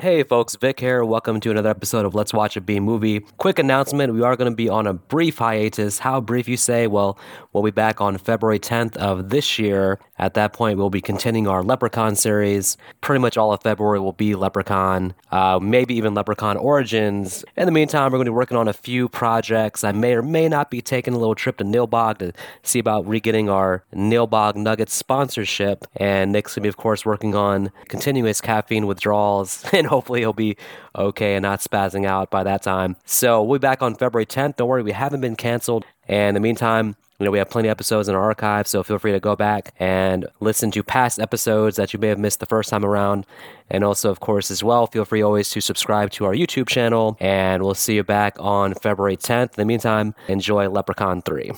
Hey folks, Vic here. Welcome to another episode of Let's Watch a B Movie. Quick announcement, we are going to be on a brief hiatus. How brief you say? Well, we'll be back on February 10th of this year. At that point, we'll be continuing our Leprechaun series. Pretty much all of February will be Leprechaun, uh, maybe even Leprechaun Origins. In the meantime, we're going to be working on a few projects. I may or may not be taking a little trip to Nilbog to see about re-getting our Nilbog Nuggets sponsorship. And Nick's going to be, of course, working on continuous caffeine withdrawals, and hopefully he'll be okay and not spazzing out by that time. So we'll be back on February 10th. Don't worry, we haven't been canceled. And in the meantime, you know, we have plenty of episodes in our archive, so feel free to go back and listen to past episodes that you may have missed the first time around. And also, of course, as well, feel free always to subscribe to our YouTube channel. And we'll see you back on February 10th. In the meantime, enjoy Leprechaun 3.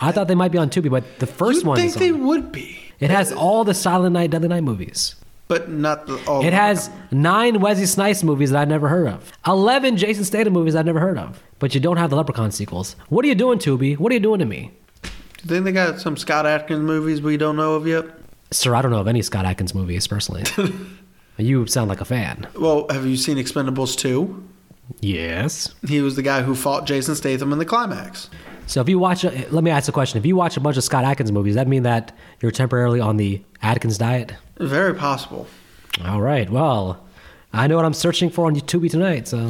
I thought they might be on Tubi, but the first You'd one think is they on. would be, it has all the Silent Night, Deadly Night movies. but not the, oh, all. It has nine Wesley Snipes movies that I've never heard of. Eleven Jason Statham movies I've never heard of. But you don't have the Leprechaun sequels. What are you doing, Tubi? What are you doing to me? Do you think they got some Scott Atkins movies we don't know of yet? Sir, I don't know of any Scott Atkins movies personally. you sound like a fan. Well, have you seen Expendables 2? Yes. He was the guy who fought Jason Statham in the climax. So if you watch, let me ask a question. If you watch a bunch of Scott Atkins movies, that mean that you're temporarily on the Atkins diet? Very possible. All right. Well, I know what I'm searching for on Tubi tonight. So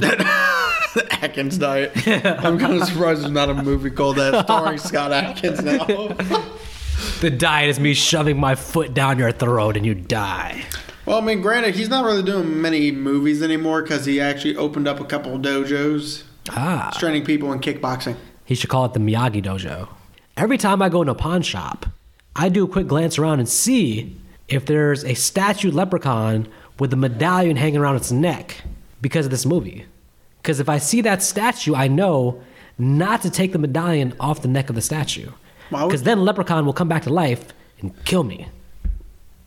Atkins diet. I'm kind of surprised there's not a movie called that starring Scott Atkins now. the diet is me shoving my foot down your throat and you die. well, I mean, granted, he's not really doing many movies anymore because he actually opened up a couple of dojos, Ah. training people in kickboxing. He should call it the Miyagi Dojo. Every time I go in a pawn shop, I do a quick glance around and see if there's a statue leprechaun with a medallion hanging around its neck because of this movie. Because if I see that statue, I know not to take the medallion off the neck of the statue. Why would- Because then leprechaun will come back to life and kill me.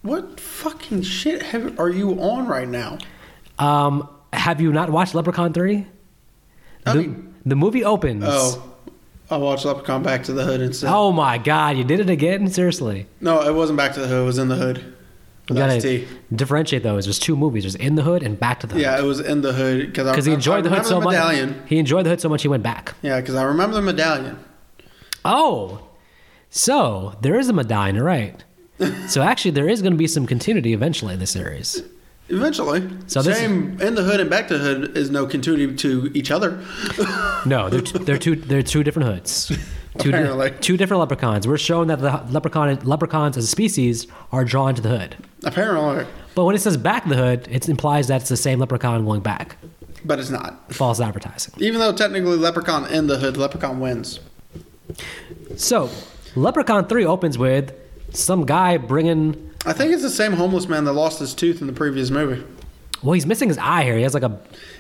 What fucking shit have, are you on right now? Um, have you not watched Leprechaun 3? I the, mean- the movie opens. Oh, I watched Leprechaun Back to the Hood instead. Oh my god, you did it again? Seriously. No, it wasn't Back to the Hood. It was in the Hood. You With gotta Ice-T. differentiate those. There's two movies. There's In the Hood and Back to the Hood. Yeah, it was in the Hood because I because Oh. he enjoyed I the hood remember so the medallion. much. He enjoyed the hood so much he went back. Yeah, because I remember the medallion. Oh, so there is a medallion, you're right? so actually, there is going to be some continuity eventually in the series. Eventually, So this same in the Hood and Back to the Hood is no continuity to each other. No, they're, t- they're two they're two different hoods. Two, di- Apparently. two different leprechauns. We're showing that the leprechaun leprechauns as a species are drawn to the hood. Apparently, But when it says back the hood, it implies that it's the same leprechaun going back. but it's not. False advertising. Even though technically Leprechaun in the Hood, Leprechaun wins. So, Leprechaun Three opens with some guy bringing I think it's the same homeless man that lost his tooth in the previous movie. well, he's missing his eye here. He has like a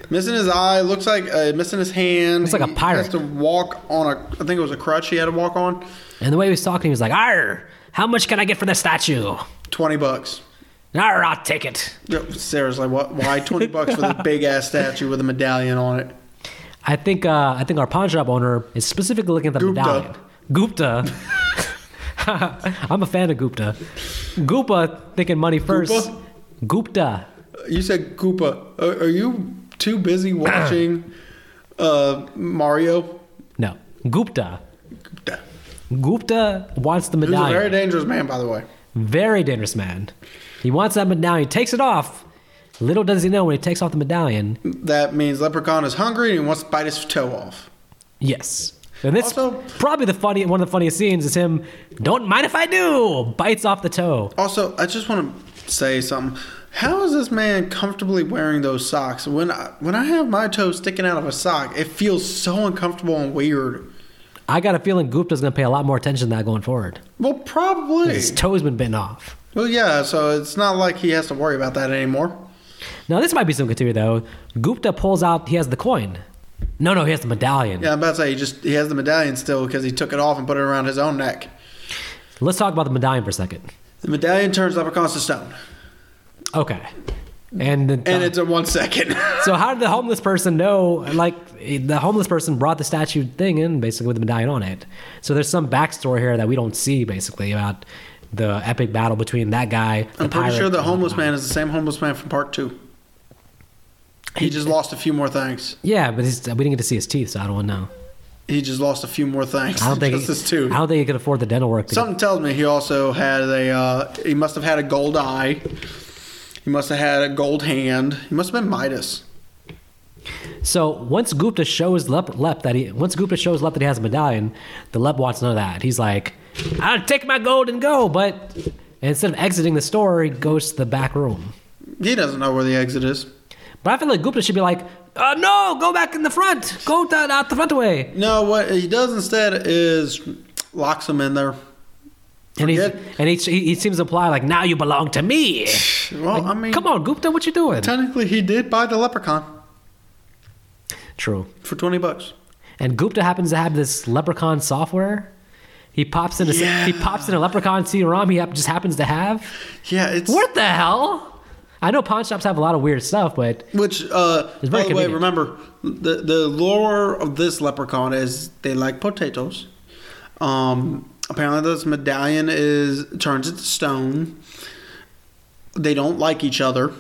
Missing his eye, looks like uh, missing his hand. Looks like a He pirate. Has to walk on a. I think it was a crutch he had to walk on. And the way he was talking, he was like, "Arr, how much can I get for the statue? Twenty bucks. Arr, I'll take it." Yo, Seriously, what? Why twenty bucks for the big ass statue with a medallion on it? I think uh, I think our pawn shop owner is specifically looking at the Gupta. medallion. Gupta. I'm a fan of Gupta. Gupta thinking money first. Goopa? Gupta. You said Koopa. Are, are you too busy watching uh, Mario? No, Gupta. He's Gupta wants the a medallion. very dangerous man, by the way. Very dangerous man. He wants that medallion. He takes it off. Little does he know when he takes off the medallion. That means Leprechaun is hungry and he wants to bite his toe off. Yes. And this Also- probably the funny one of the funniest scenes is him. Don't mind if I do. Bites off the toe. Also, I just want to say something. How is this man comfortably wearing those socks? When I, when I have my toe sticking out of a sock, it feels so uncomfortable and weird. I got a feeling Gupta's gonna pay a lot more attention to that going forward. Well, probably. His toe's been bitten off. Well, yeah. So it's not like he has to worry about that anymore. Now this might be some continuity though. Gupta pulls out. He has the coin. No, no, he has the medallion. Yeah, I'm about to say he just he has the medallion still because he took it off and put it around his own neck. Let's talk about the medallion for a second. The medallion turns leprechauns to stone, Okay. And, the, and it's in one second. so how did the homeless person know? Like the homeless person brought the statue thing in, basically with the medallion on it. So there's some backstory here that we don't see, basically about the epic battle between that guy. The I'm pretty pirate, sure the and homeless whatnot. man is the same homeless man from part two. He just lost a few more things. Yeah, but his, we didn't get to see his teeth, so I don't know. He just lost a few more things. I don't think just he, this too. I don't think he could afford the dental work. To Something tells me he also had a. Uh, he must have had a gold eye. He must have had a gold hand. He must have been Midas. So once Gupta shows Lep, Lep that he once Gupta shows Lep that he has a medallion, the Lep wants none of that. He's like, "I'll take my gold and go." But instead of exiting the store, he goes to the back room. He doesn't know where the exit is. But I feel like Gupta should be like, uh, "No, go back in the front. Go down out the front way." No, what he does instead is locks him in there. And he's, Forget- and he, he he seems to imply like, "Now you belong to me." Well, I mean, Come on, Gupta, what you doing? Technically, he did buy the leprechaun True. for twenty bucks. And Gupta happens to have this leprechaun software. He pops in a Yeah. he pops in a leprechaun CD-ROM he hap- just happens to have. Yeah, it's What the hell? I know pawn shops have a lot of weird stuff, but which. Uh, by the It's very way, convenient. remember the the lore of this leprechaun is they like potatoes. Um, apparently, this medallion is turns into stone. They don't like each other.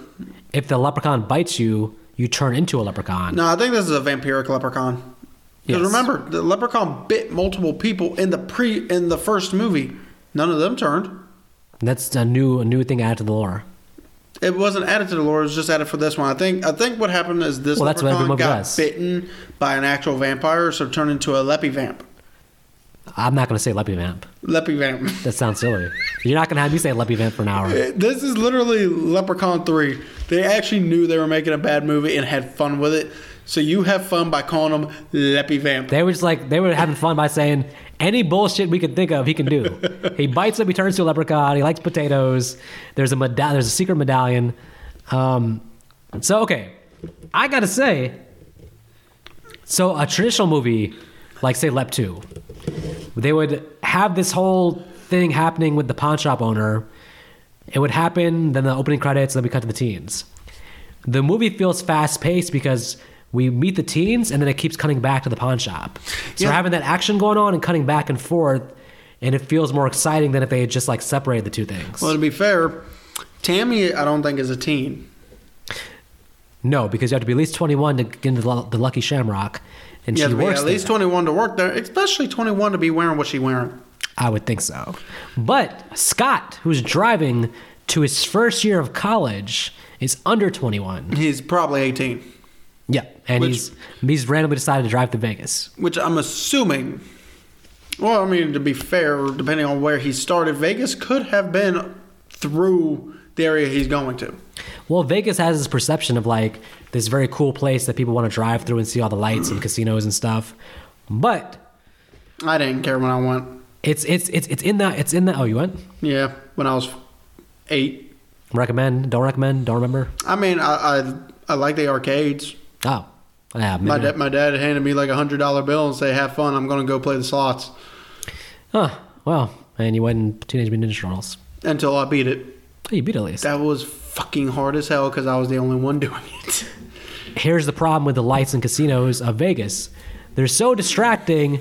if the leprechaun bites you, you turn into a leprechaun. No, I think this is a vampiric leprechaun. 'Cause Yes. remember, the leprechaun bit multiple people in the pre in the first movie. None of them turned. That's a new a new thing added to the lore. It wasn't added to the lore. It was just added for this one. I think. I think what happened is this Well, that's what leprechaun every movie got does. bitten by an actual vampire, so turned into a leppy vamp. I'm not gonna say leppy vamp. Leppy vamp. That sounds silly. You're not gonna have me say leppy vamp for an hour. This is literally Leprechaun Three. They actually knew they were making a bad movie and had fun with it. So you have fun by calling them leppy vamp. They were just like they were having fun by saying any bullshit we can think of, he can do. he bites up, he turns to a leprechaun. He likes potatoes. There's a meda- there's a secret medallion. Um, so okay, I gotta say, so a traditional movie like say Lep Two, they would have this whole thing happening with the pawn shop owner. It would happen, then the opening credits, then we cut to the teens. The movie feels fast paced because we meet the teens and then it keeps cutting back to the pawn shop. So we're Yeah. having that action going on and cutting back and forth, and it feels more exciting than if they had just like separated the two things. Well, to be fair, Tammy, I don't think is a teen. no, because you have to be at least 21 to get into the, lu- the Lucky Shamrock, and You have she to be works at least there. twenty one to work there, especially twenty one to be wearing what she wearing. I would think so. But Scott, who's driving to his first year of college, is under 21. He's probably eighteen, Yeah, and Which- he's he's randomly decided to drive to Vegas. which I'm assuming. Well, I mean, to be fair, depending on where he started, Vegas could have been through the area he's going to. Well, Vegas has this perception of like this very cool place that people want to drive through and see all the lights and casinos and stuff. But I didn't care when I went. it's it's it's it's in that it's in that. Oh, you went? Yeah, when I was eight. Recommend? Don't recommend? Don't remember? I mean, I I, I like the arcades. Oh, yeah. My maybe- dad, my dad handed me like a hundred dollar bill and say, "Have fun. I'm gonna go play the slots Huh. Well, and you went in Teenage Mutant Ninja Turtles. until I beat it." Oh, you beat at least. That was fucking hard as hell because I was the only one doing it. here's the problem with the lights and casinos of Vegas. They're so distracting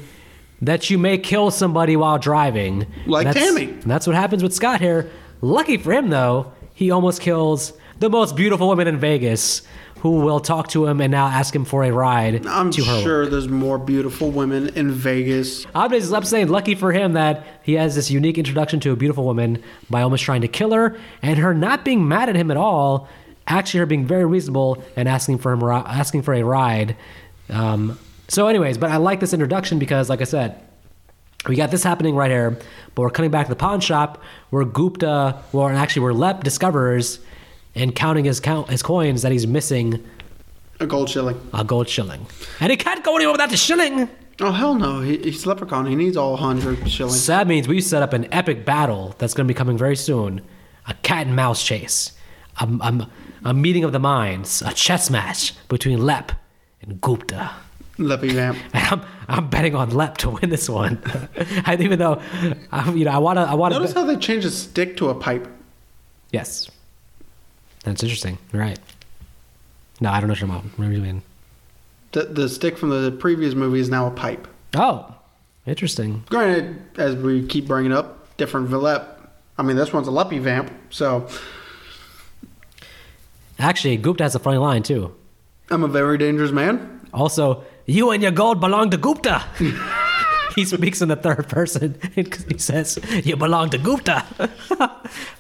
that you may kill somebody while driving. Like that's, Tammy. and That's what happens with Scott here. Lucky for him, though, he almost kills the most beautiful woman in Vegas who will talk to him and now ask him for a ride I'm to her. sure there's more beautiful women in Vegas. I'm just I'm saying, lucky for him that he has this unique introduction to a beautiful woman by almost trying to kill her and her not being mad at him at all. Actually, her being very reasonable and asking for him ri- asking for a ride. Um, so, anyways, but I like this introduction because, like I said, we got this happening right here, but we're coming back to the pawn shop where Gupta, well, and actually where Lep discovers and counting his count his coins that he's missing A gold shilling. a gold shilling, and he can't go anywhere without the shilling. Oh hell no! He, he's leprechaun. He needs all hundred shillings. So that means we've set up an epic battle that's going to be coming very soon a cat and mouse chase, a, a, a meeting of the minds, a chess match between Lep and Gupta. Leppy vamp. And I'm, I'm betting on Lep to win this one. I, even though, I, you know, I want to. I want Notice to. how they changed a stick to a pipe. yes. That's interesting. You're right. No, I don't know what you're about. What are you doing? The, the stick from the previous movie is now a pipe. Oh, interesting. Granted, as we keep bringing up, different Villep. I mean, this one's a Leppy Vamp, so Actually, Gupta has a funny line, too. I'm a very dangerous man. Also, you and your gold belong to Gupta. he speaks in the third person because he says, "You belong to Gupta."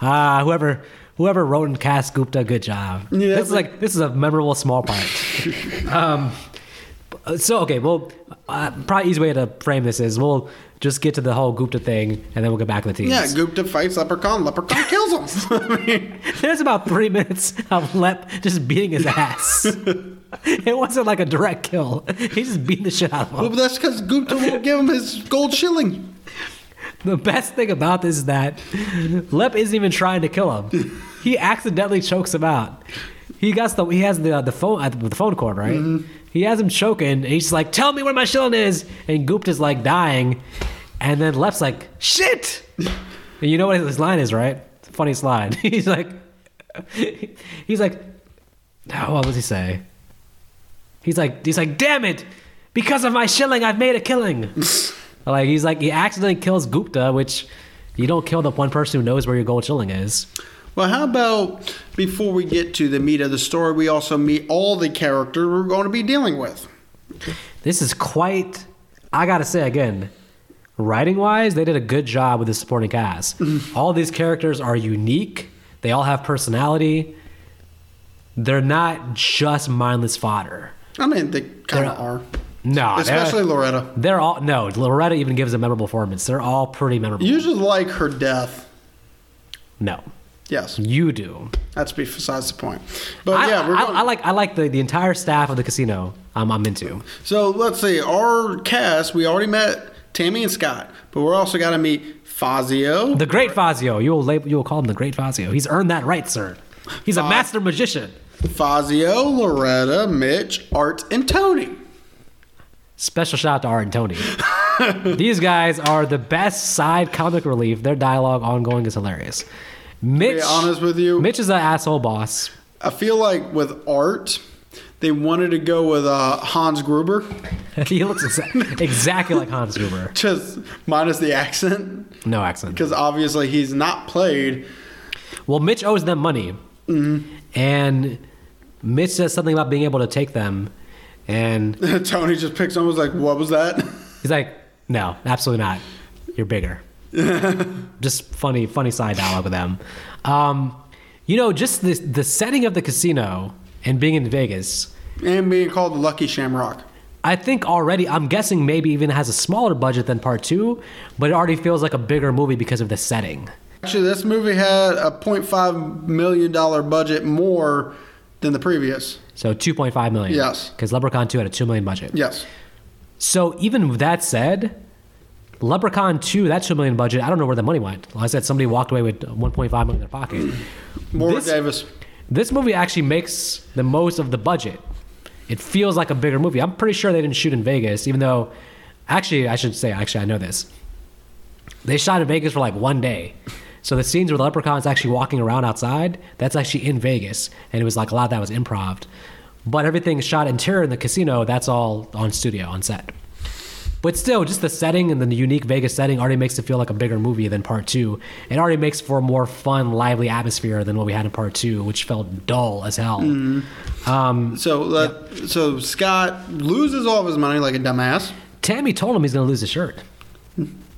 ah, whoever whoever wrote and cast Gupta, good job. Yeah, this is but- like this is a memorable small part. um, so okay, well, uh, probably easy way to frame this is we'll just get to the whole Gupta thing, and then we'll get back with these. Yeah, Gupta fights Leprechaun. Leprechaun kills him. I mean, There's about three minutes of Lep just beating his ass. it wasn't like a direct kill. He just beat the shit out of him. well, that's because Gupta won't give him his gold shilling. The best thing about this is that Lep isn't even trying to kill him. He accidentally chokes him out. He got the he has the the phone uh, the phone cord right. He has him choking, and he's like, "Tell me where my shilling is." And Gupta's like dying, and then Lep's like, "Shit!" And you know what his line is, right? It's a funny slide. He's like, he's like, oh, what does he say? He's like, he's like, damn it! Because of my shilling, I've made a killing. like he's like, he accidentally kills Gupta, which you don't kill the one person who knows where your gold shilling is. Well, how about before we get to the meat of the story, we also meet all the characters we're going to be dealing with. This is quite. I gotta say again, writing wise, they did a good job with the supporting cast. Mm-hmm. all these characters are unique. They all have personality. They're not just mindless fodder. I mean, they kind of are. No, they're- Especially Loretta. They're all no. Loretta even gives a memorable performance. They're all pretty memorable. You just like her death. no, Yes, you do. that's besides the point. But I, Oh, yeah, we're I, going, I like I like the, the entire staff of the casino. I'm I'm into. So let's see. Our cast, we already met Tammy and Scott, but we're also got to meet Fazio. The Great Fazio. You will label, you will call him the Great Fazio. He's earned that right, sir. He's a master magician. Fazio, Loretta, Mitch, Art, and Tony. Special shout out to Art and Tony. These guys are the best side comic relief. Their dialogue ongoing is hilarious. Mitch, be honest with you. Mitch is an asshole boss. I feel like with Art, they wanted to go with uh, Hans Gruber, he looks exa- exactly like Hans Gruber. just minus the accent, No accent. because obviously he's not played. Well, Mitch owes them money, Mm-hmm. and Mitch says something about being able to take them, and Tony just picks him. Was like, what was that? he's like, "No, absolutely not. You're bigger." just funny, funny side dialogue with them. Um, you know, just the the setting of the casino and being in Vegas. and being called the Lucky Shamrock. I think already, I'm guessing maybe even has a smaller budget than part two, but it already feels like a bigger movie because of the setting. Actually, this movie had a $0.5 million budget more than the previous. So 2.5 million. Yes. Because Leprechaun 2 had a 2 million budget. Yes. So even with that said, Leprechaun 2, that 2 million budget, I don't know where the money went. Like I said, somebody walked away with 1.5 million in their pocket. More This- Davis. This movie actually makes the most of the budget. It feels like a bigger movie. I'm pretty sure they didn't shoot in Vegas, even though, actually, I should say, actually, I know this. They shot in Vegas for like one day. So the scenes where the leprechaun's actually walking around outside, that's actually in Vegas. And it was like a lot of that was improv. But everything shot interior in the casino, that's all on studio, on set. But still, just the setting and the unique Vegas setting already makes it feel like a bigger movie than part two. It already makes for a more fun, lively atmosphere than what we had in part two, which felt dull as hell. So that, so Scott loses all of his money like a dumbass. Tammy told him he's going to lose his shirt.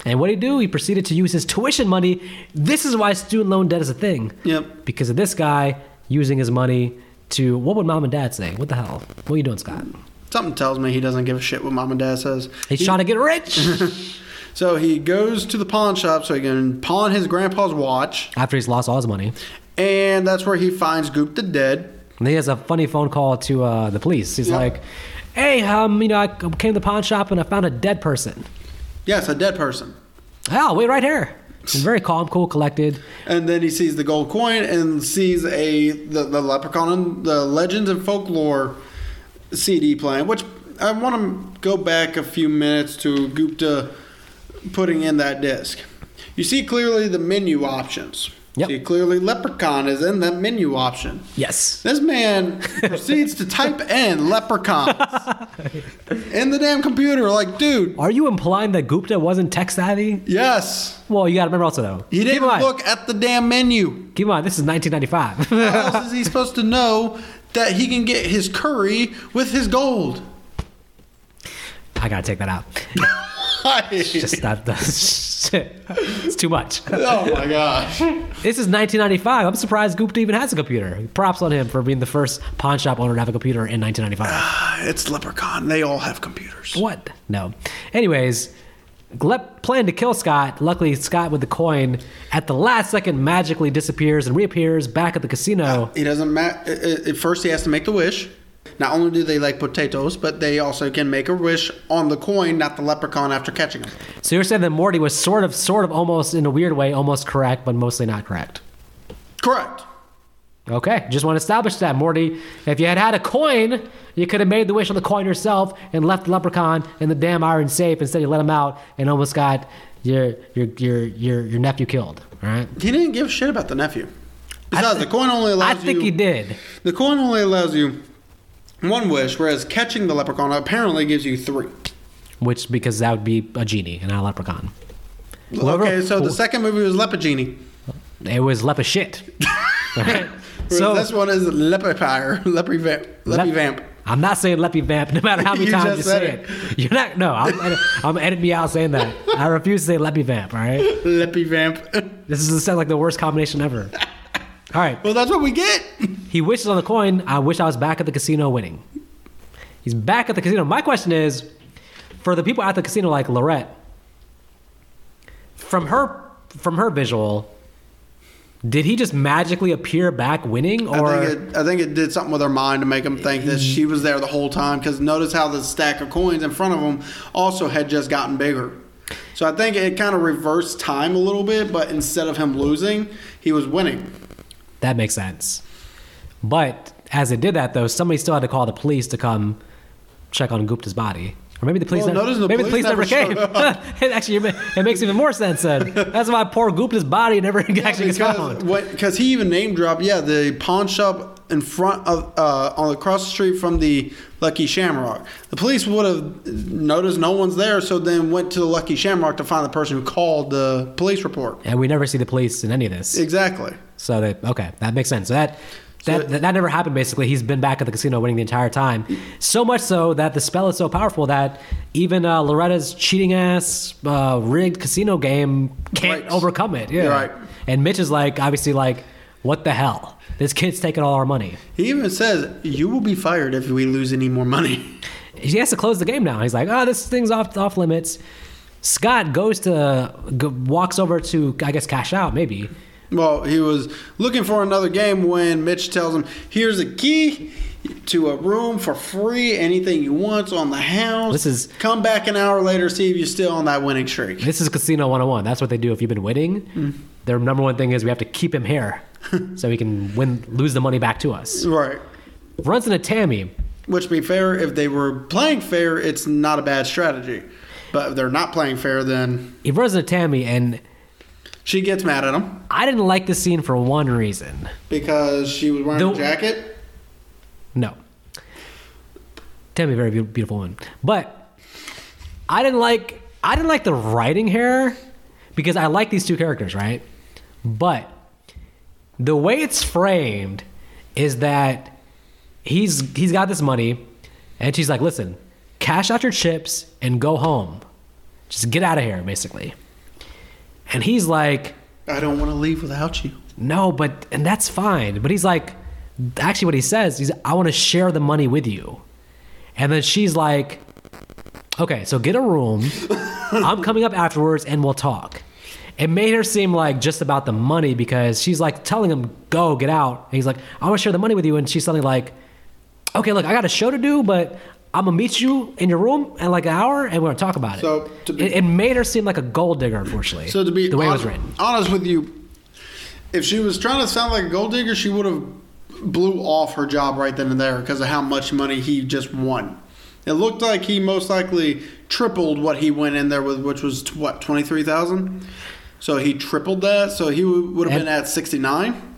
And what did he do? He proceeded to use his tuition money. This is why student loan debt is a thing. Yep. Because of this guy using his money to, what would mom and dad say? What the hell? What are you doing, Scott? Something tells me he doesn't give a shit what mom and dad says. He's trying to get rich So he goes to the pawn shop so he can pawn his grandpa's watch, after he's lost all his money. and that's where he finds Goop the dead. And he has a funny phone call to uh, the police. He's Yeah. like, "Hey, um, you know, I came to the pawn shop and I found a dead person. Yes, a dead person. Oh, wait, right here." He's very calm, cool, collected. And then he sees the gold coin and sees a the, the leprechaun and the legends and folklore CD playing. Which I want to go back a few minutes to Gupta putting in that disc. You see clearly the menu options. Yep. See clearly leprechaun is in that menu option. Yes. This man proceeds to type in leprechauns in the damn computer. Like, dude, Are you implying that Gupta wasn't tech savvy? yes. Well, you got to remember also though. He keep in didn't mind, look at the damn menu. Keep in mind, this is 1995. How else is he supposed to know that he can get his curry with his gold. I gotta take that out. Just not the shit. It's too much. oh my gosh. This is 1995. I'm surprised Gupta even has a computer. Props on him for being the first pawn shop owner to have a computer in 1995. Uh, It's Leprechaun. They all have computers. what? No. Anyways, Glep planned to kill Scott. Luckily, Scott with the coin at the last second magically disappears and reappears back at the casino. He doesn't matter. At first, he has to make the wish. Not only do they like potatoes, but they also can make a wish on the coin, not the leprechaun, after catching him. So you're saying that Morty was sort of, sort of, almost in a weird way, almost correct, but mostly not correct. Correct. Okay, just want to establish that, Morty. If you had had a coin, you could have made the wish on the coin yourself and left the leprechaun in the damn iron safe. Instead, you let him out and almost got your your your your, your nephew killed. All right. He didn't give a shit about the nephew. Besides, the coin only allows I you. think he did. The coin only allows you one wish, whereas catching the leprechaun apparently gives you three. Which because that would be a genie and not a leprechaun. Whoever- okay, so the second movie was Lepagini. It was leper shit. Alright? So this one is Lepepire. Lepre Vamp. Lepre Lep- Vamp. I'm not saying leppy vamp, no matter how many You times just you said say it. You're not. No, I'm, edit- I'm edit me out saying that. I refuse to say leppy vamp. All right. Leppy Vamp. This is this sounds like the worst combination ever. All right. Well, that's what we get. He wishes on the coin. I wish I was back at the casino winning. He's back at the casino. My question is, for the people at the casino like Lorette, from her from her visual, did he just magically appear back winning, or I, think it, I think it did something with her mind to make him think that she was there the whole time. Because notice how the stack of coins in front of him also had just gotten bigger. So I think it kind of reversed time a little bit, but instead of him losing, he was winning. that makes sense? But as it did that, though, somebody still had to call the police to come check on Gupta's body. Or maybe the police, Well, never, notice the maybe police the police never never, came. it actually, it makes even more sense then. That's why poor Gupta's body never actually gets found. Because he even name dropped, yeah, the pawn shop in front of, uh, on across the street from the Lucky Shamrock. The police would have noticed no one's there, so then went to the Lucky Shamrock to find the person who called the police report. and we never see the police in any of this. Exactly. So that okay, that makes sense. So that that, that never happened. Basically, he's been back at the casino winning the entire time. So much so that the spell is so powerful that even uh, Loretta's cheating ass uh, rigged casino game can't Right. overcome it. Yeah, You're right. And Mitch is like obviously like, what the hell? This kid's taking all our money. He even says, "You will be fired if we lose any more money." he has to close the game now. He's like, oh, this thing's off off limits. Scott goes to go, walks over to I guess cash out maybe. Well, he was looking for another game when Mitch tells him, "Here's a key to a room for free. Anything you want on the house. This is- come back an hour later, see if you're still on that winning streak." This is Casino 101. That's what they do if you've been winning. Their number one thing is we have to keep him here so he can win, lose the money back to us. Right. Runs into Tammy. Which, to be fair, if they were playing fair, it's not a bad strategy. But if they're not playing fair, then He runs into Tammy, and she gets mad at him I didn't like this scene for one reason. because she was wearing The- a jacket. No. Tammy, very beau- beautiful woman. But I didn't like I didn't like the writing here because I like these two characters, right? But the way it's framed is that he's he's got this money and she's like, "Listen, cash out your chips and go home. Just get out of here, basically." And he's like, I don't want to leave without you. no, but and that's fine. But he's like, actually, what he says, he's, I want to share the money with you. And then she's like, okay, so get a room. I'm coming up afterwards and we'll talk. It made her seem like just about the money because she's like telling him, go, get out. And he's like, I want to share the money with you. And she's suddenly like, okay, look, I got a show to do, but I'm going to meet you in your room in like an hour and we're going to talk about it. So, to be- it. It made her seem like a gold digger, unfortunately. So to be the way honest, it was written. honest with you, if she was trying to sound like a gold digger, she would have blew off her job right then and there because of how much money he just won. It looked like he most likely tripled what he went in there with, which was t- what twenty three thousand. So he tripled that. So he w- would have And- been at sixty nine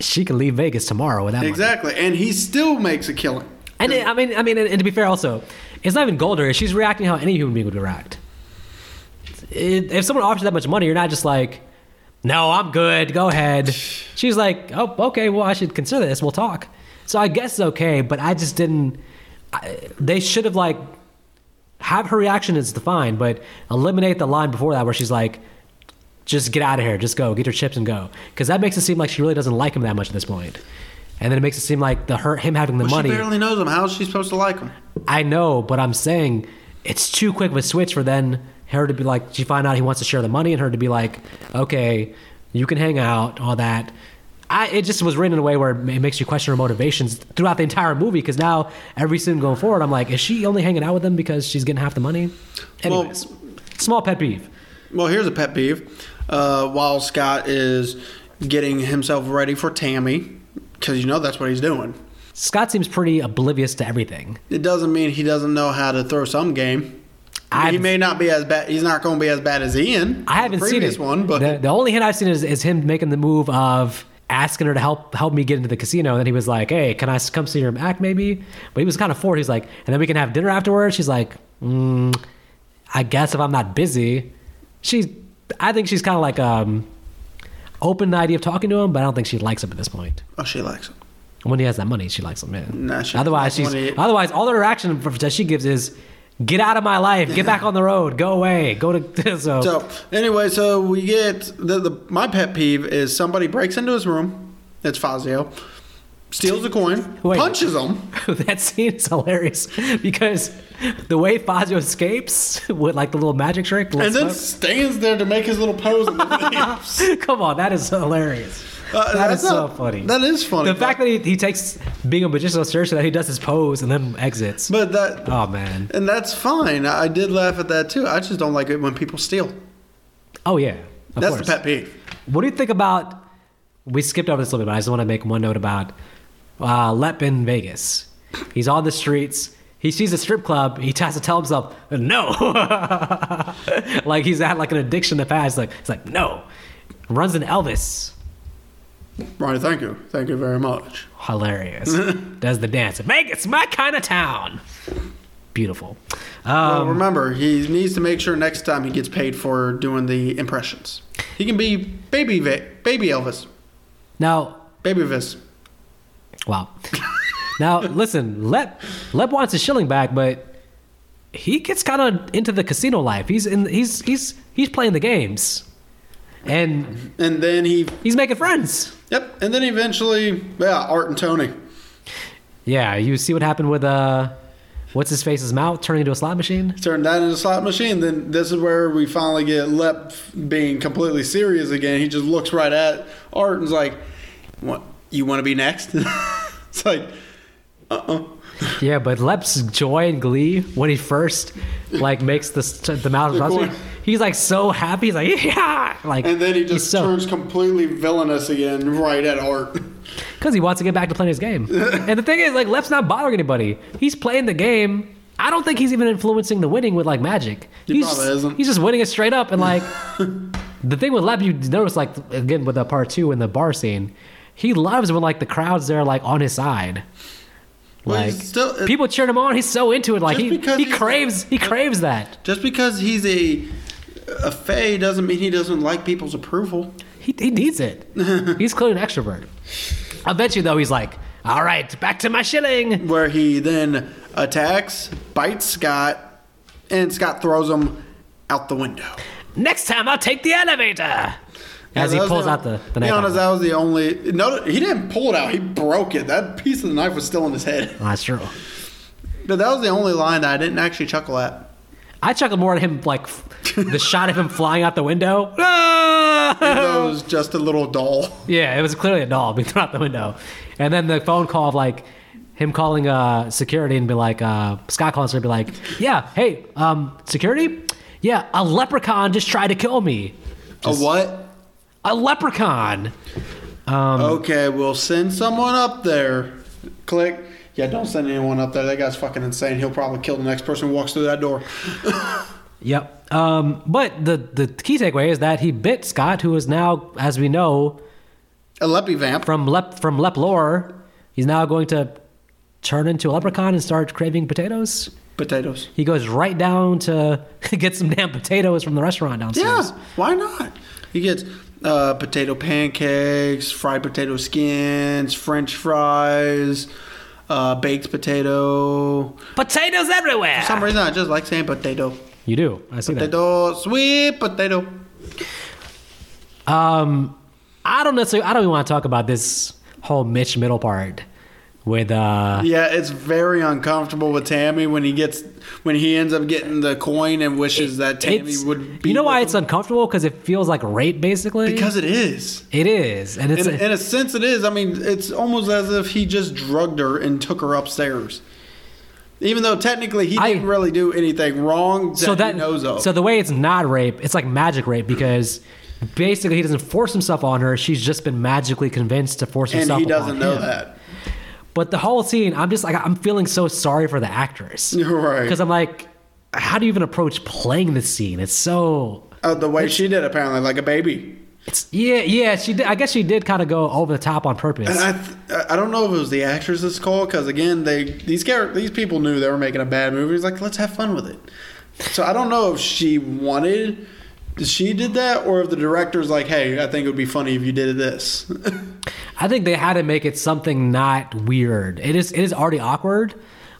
She could leave Vegas tomorrow with that money. exactly, and he still makes a killing. And it, I mean, I mean, and, and to be fair, also, it's not even gold digger. She's reacting how any human being would react. It, if someone offers you that much money, you're not just like, "No, I'm good. Go ahead." She's like, "Oh, okay. Well, I should consider this. We'll talk." So I guess it's okay, but I just didn't. I, they should have like have her reaction is defined, but eliminate the line before that where she's like, "Just get out of here, just go, get your chips and go," because that makes it seem like she really doesn't like him that much at this point. And then it makes it seem like the her him having the Well, money. She barely knows him. How is she supposed to like him? I know, but I'm saying it's too quick of a switch for then her to be like, she find out he wants to share the money, and her to be like, okay, you can hang out, all that. I, it just was written in a way where it ma- it makes you question her motivations throughout the entire movie because now every scene going forward, I'm like, is she only hanging out with him because she's getting half the money? Well- Anyways, small pet peeve. Well, here's a pet peeve. Uh, while Scott is getting himself ready for Tammy, because you know that's what he's doing. Scott seems pretty oblivious to everything. It doesn't mean he doesn't know how to throw some game. I've- he may not be as bad. He's not going to be as bad as Ian. I haven't the seen previous it. one, but the, the only hint I've seen is, is him making the move of asking her to help help me get into the casino. And then he was like, "Hey, can I s- come see your act, maybe?" But he was kind of forward. He's like, "And then we can have dinner afterwards." She's like, mm, "I guess if I'm not busy." She's, I think she's kind of like um, open to the idea of talking to him, but I don't think she likes him at this point. oh, she likes him. When he has that money, she likes him. Yeah. Nah, she- otherwise, she's when he- otherwise all the interaction that she gives is. Get out of my life. Get back on the road. Go away. Go to so. So anyway, so we get the, the my pet peeve is somebody breaks into his room. It's Fazio. Steals a coin, Wait. punches him. that scene is hilarious because the way Fazio escapes with like the little magic trick, the And little then stands there to make his little pose. And then leaves. smoke- come on, that is hilarious. Uh, that that's is so not- funny. that is funny. The fact that he, he takes being a magician so seriously that he does his pose and then exits. But that oh man. and that's fine. I I did laugh at that too. I just don't like it when people steal. Oh yeah. Of That's course. the pet peeve. What do you think about? We skipped over this a little bit, but I just want to make one note about uh, Lep in Vegas. He's on the streets. He sees a strip club. He has to tell himself no, like he's had like an addiction in the past. Like it's like no, runs an Elvis. Ronnie, thank you, thank you very much. Hilarious. Does the dance. Vegas, my kind of town. Beautiful. Well, Um, remember, he needs to make sure next time he gets paid for doing the impressions. He can be baby Va- baby Elvis, now baby Vis. Wow. now listen, Lep Lep wants his shilling back, but he gets kind of into the casino life. He's in. He's he's he's playing the games, and And then he, he's making friends. yep. And then eventually, yeah, Art and Tony. Yeah, you see what happened with uh, what's his face's mouth turning into a slot machine. Turn that into a slot machine. Then this is where we finally get Lep being completely serious again. He just looks right at Art and's like, "What? You want to be next?" it's like, uh uh Yeah, but Lep's joy and glee when he first like makes the st- the mouth Of of course. he's like so happy. He's like yeah, like And then he he's just so- turns completely villainous again, right at Art. Because he wants to get back to playing his game. and the thing is, like, Lep's not bothering anybody. He's playing the game. I don't think he's even influencing the winning with like magic. He he's probably just, isn't. He's just winning it straight up. And like, the thing with Lep, you notice, like, again with the part two in the bar scene, he loves when like the crowd's there, like on his side. Well, Like he's still- uh, it- people cheering him on, he's so into it. Like Just he because he he's- uh, craves he craves that. Just because he's a a fae doesn't mean he doesn't like people's approval. He, he needs it. he's clearly an extrovert. I bet you though, he's like, all right, back to my shilling. Where he then attacks, bites Scott, and Scott throws him out the window. Next time I'll take the elevator. As he Yeah, that was pulls out the, the To be knife. honest, out. that was the only. No, he didn't pull it out. He broke it. That piece of the knife was still in his head. Oh, that's true. But that was the only line that I didn't actually chuckle at. I chuckled more at him, like f- the shot of him flying out the window. That was just Oh. a little doll. yeah, it was clearly a doll being thrown out the window. And then the phone call of like him calling uh, security and be like, uh, Scott calls her and be like, yeah, hey, um, security? Yeah, a leprechaun just tried to kill me. a what? A leprechaun. um, Okay, we'll send someone up there. Click. Yeah, don't send anyone up there. That guy's fucking insane. He'll probably kill the next person who walks through that door. Yep. Um, but the, the key takeaway is that he bit Scott, who is now, as we know, A leppy vamp. from Lep from Lep lore, he's now going to turn into a leprechaun and start craving potatoes. Potatoes. He goes right down to get some damn potatoes from the restaurant downstairs. Yeah, why not? He gets uh, potato pancakes, fried potato skins, French fries, uh, baked potato. Potatoes everywhere. For some reason, I just like saying potato. You do. I see that. Potato, sweet potato. Um, I don't necessarily. I don't even want to talk about this whole Mitch middle part with uh. Yeah, it's very uncomfortable with Tammy when he gets when he ends up getting the coin and wishes that Tammy it's- would. be you know why with it's him. uncomfortable? Because it feels like rape, basically. because it is. it is, and it's In, a- in a sense, it is. I mean, it's almost as if he just drugged her and took her upstairs. Even though technically he I- didn't really do anything wrong that, so that he knows of. so the way it's not rape, it's like magic rape because basically he doesn't force himself on her. She's just been magically convinced to force and herself. he doesn't upon know him. that. But the whole scene, I'm just like I'm feeling so sorry for the actress Right. because I'm like, how do you even approach playing this scene? It's so Oh, the way she did, apparently, like a baby. It's yeah, yeah. She did. I guess she did kind of go over the top on purpose. And I, th- I don't know if it was the actress's call because again, they these char- these people knew they were making a bad movie. It's like let's have fun with it. So I don't know if she wanted, she did that, or if the director's like, hey, I think it would be funny if you did this. I think they had to make it something not weird. It is. It is already awkward,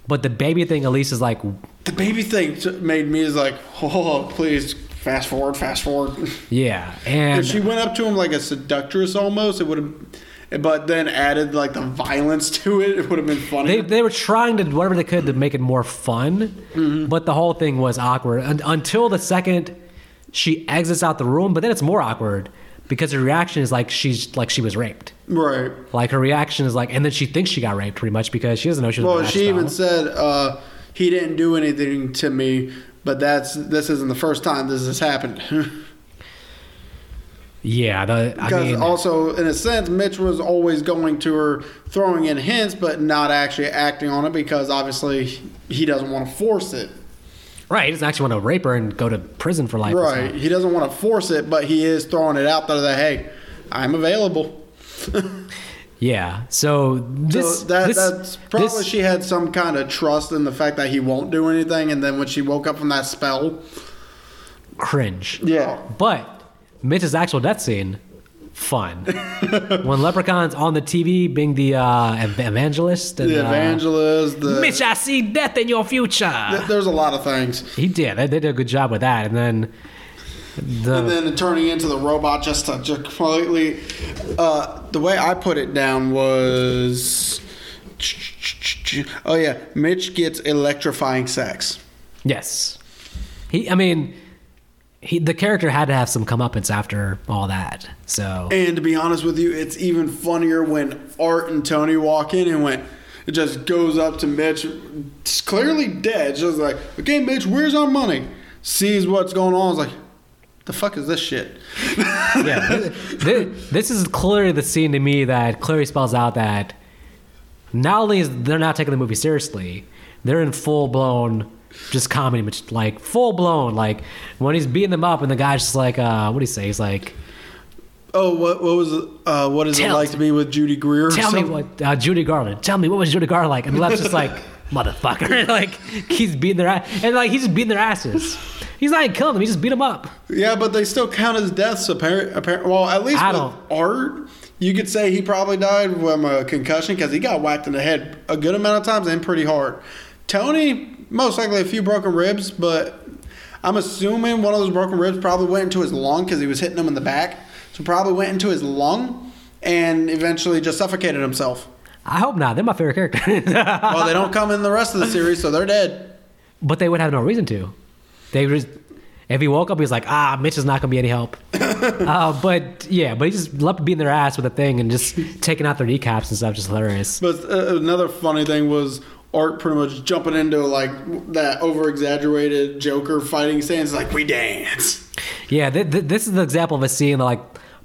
but the baby thing at least is like the baby thing t- made me is like, oh, please fast forward, fast forward. yeah. And If she went up to him like a seductress almost, it would have, but then added like the violence to it, it would have been funny. they they were trying to do whatever they could to make it more fun, Mm-hmm. but the whole thing was awkward Un- until the second she exits out the room. But then it's more awkward because her reaction is like she's like she was raped. right. Like her reaction is like, and then she thinks she got raped pretty much because she doesn't know she was. Well, raped, she so- even said uh, he didn't do anything to me, but that's this isn't the first time this has happened. yeah. The, I Because mean, also, in a sense, Mitch was always going to her, throwing in hints, but not actually acting on it because obviously he doesn't want to force it. Right, he doesn't actually want to rape her and go to prison for life. or Right. something. He doesn't want to force it, but he is throwing it out there that hey, I'm available. Yeah. So this so that, this, that's probably this- she had some kind of trust in the fact that he won't do anything, and then when she woke up from that spell, oh, cringe. yeah, But Mitch's actual death scene, fun. when Leprechaun's on the TV being the uh, ev- evangelist and the uh, evangelist, the Mitch, I see death in your future. th- there's a lot of things, He did. They, they did a good job with that. And then the and then turning into the robot just to just completely. Uh, the way I put it down was, oh yeah, Mitch gets electrifying sex. yes, he. I mean, he. The character had to have some comeuppance after all that. So And to be honest with you, it's even funnier when Art and Tony walk in and went. It just goes up to Mitch, it's clearly dead. Just like, okay, Mitch, where's our money? Sees what's going on. Is like, the fuck is this shit? yeah, this, this, this is clearly the scene to me that clearly spells out that not only is they're not taking the movie seriously, they're in full blown just comedy, which like full blown like when he's beating them up and the guy's just like, uh, what do you say? He's like, Oh, what what was uh, what is it Tell- like to be with Judy Greer? or tell me something? what uh, Judy Garland, tell me what was Judy Garland like? And Left's just like, motherfucker, like he's beating their ass, and like he's just beating their asses. He's not even killing them; he just beat them up. Yeah, but they still count as deaths. Apparent, apparent. Well, at least I with don't- Art, you could say he probably died from a concussion because he got whacked in the head a good amount of times and pretty hard. Tony, most likely a few broken ribs, but I'm assuming one of those broken ribs probably went into his lung because he was hitting him in the back. So probably went into his lung and eventually just suffocated himself. I hope not. They're my favorite character. well, they don't come in the rest of the series, so they're dead. But they would have no reason to. They would just if he woke up, he's like, ah, Mitch is not gonna be any help. uh, but yeah, but he just loved beating their ass with a thing and just taking out their kneecaps and stuff, just hilarious. But uh, another funny thing was Art pretty much jumping into like that over exaggerated Joker fighting stance, like we dance. Yeah, th- th- this is the example of a scene that like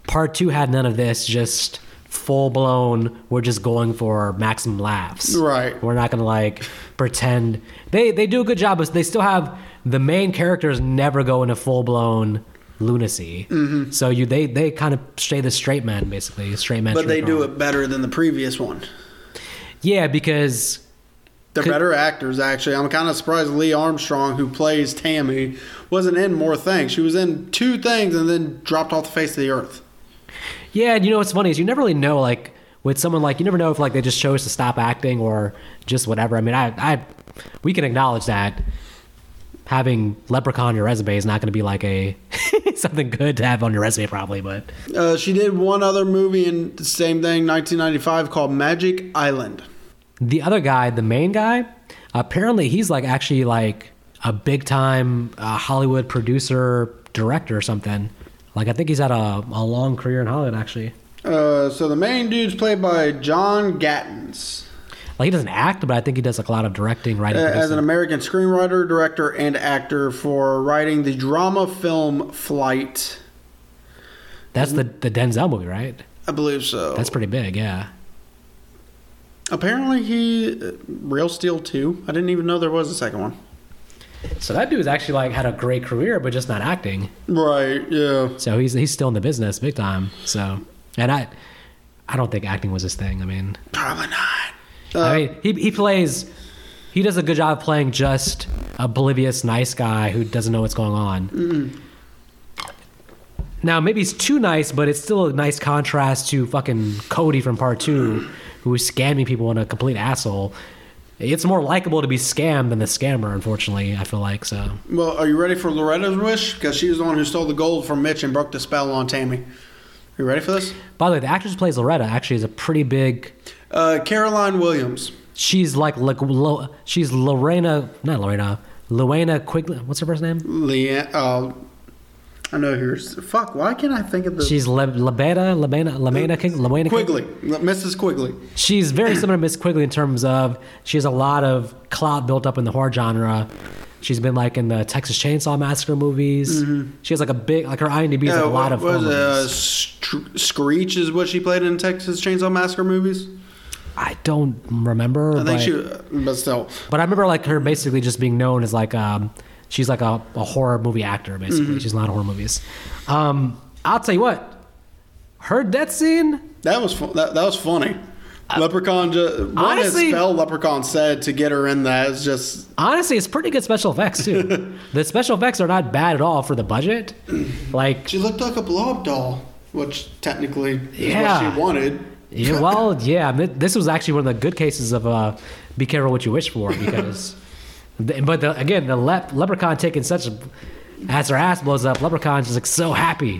part two had none of this, just full blown. We're just going for maximum laughs. Right. We're not gonna like pretend. They they do a good job, but they still have the main characters never go into full blown lunacy. Mm-hmm. So you they they kind of stay the straight man basically, straight man. But they straight do man. it better than the previous one. Yeah, because They're Could- better actors, actually. I'm kind of surprised Lee Armstrong, who plays Tammy, wasn't in more things. She was in two things and then dropped off the face of the earth. Yeah, and you know what's funny is you never really know like with someone like you never know if like they just chose to stop acting or just whatever. I mean, I I we can acknowledge that having leprechaun on your resume is not going to be like a something good to have on your resume probably, but Uh, she did one other movie in the same thing, 1995, called Magic Island. the other guy, the main guy, apparently he's like actually like a big time uh, Hollywood producer, director or something. Like I think he's had a, a long career in Hollywood actually. Uh, so the main dude's played by John Gattens. Like he doesn't act, but I think he does like a lot of directing, uh, writing. as producing. an American screenwriter, director, and actor for writing the drama film Flight. That's the the Denzel movie, right? I believe so. That's pretty big, yeah. Apparently, he uh, Real Steel 2. I didn't even know there was a second one. So that dude's actually like had a great career, but just not acting. Right. Yeah. So he's he's still in the business, big time. So, and I, I don't think acting was his thing. I mean, Probably not. Uh, I mean, he he plays, he does a good job playing just oblivious nice guy who doesn't know what's going on. Now maybe he's too nice, but it's still a nice contrast to fucking Cody from Part Two, who is scamming people and a complete asshole. It's more likable to be scammed than the scammer, unfortunately. I feel like so. Well, are you ready for Loretta's wish? Because she was the one who stole the gold from Mitch and broke the spell on Tammy. You ready for this? By the way, the actress who plays Loretta actually is a pretty big. Uh, Caroline Williams. She's like, like Lo, she's Lorena, not Lorena, Luana Quigley. What's her first name? Leanne. Uh, I know who's. Fuck, why can't I think of the. She's Le, Lebeda, Lebena, Lemena King, Luana Quigley. Mrs. Quigley. She's very similar to Miss Quigley in terms of she has a lot of clout built up in the horror genre. She's been like in the Texas Chainsaw Massacre movies. She has like a big, like her IMDb is like a lot of horror Mm-hmm. was it, uh, movies. Str- Screech is what she played in Texas Chainsaw Massacre movies. I don't remember. I think but, she, but still, But I remember like her basically just being known as like um, she's like a, a horror movie actor basically. Mm-hmm. She's not horror movies. Um, I'll tell you what, her death scene. that was fu- that, that was funny. Leprechaun, ju- what his honestly- spell Leprechaun said to get her in that is just Honestly, it's pretty good special effects too. the special effects are not bad at all for the budget. Like, she looked like a blow up doll, which technically is what Yeah. she wanted. yeah, well, yeah. thi- This was actually one of the good cases of uh, be careful what you wish for because. the- but the, again, the lep, leprechaun taking such a- as her ass blows up, leprechaun's just like so happy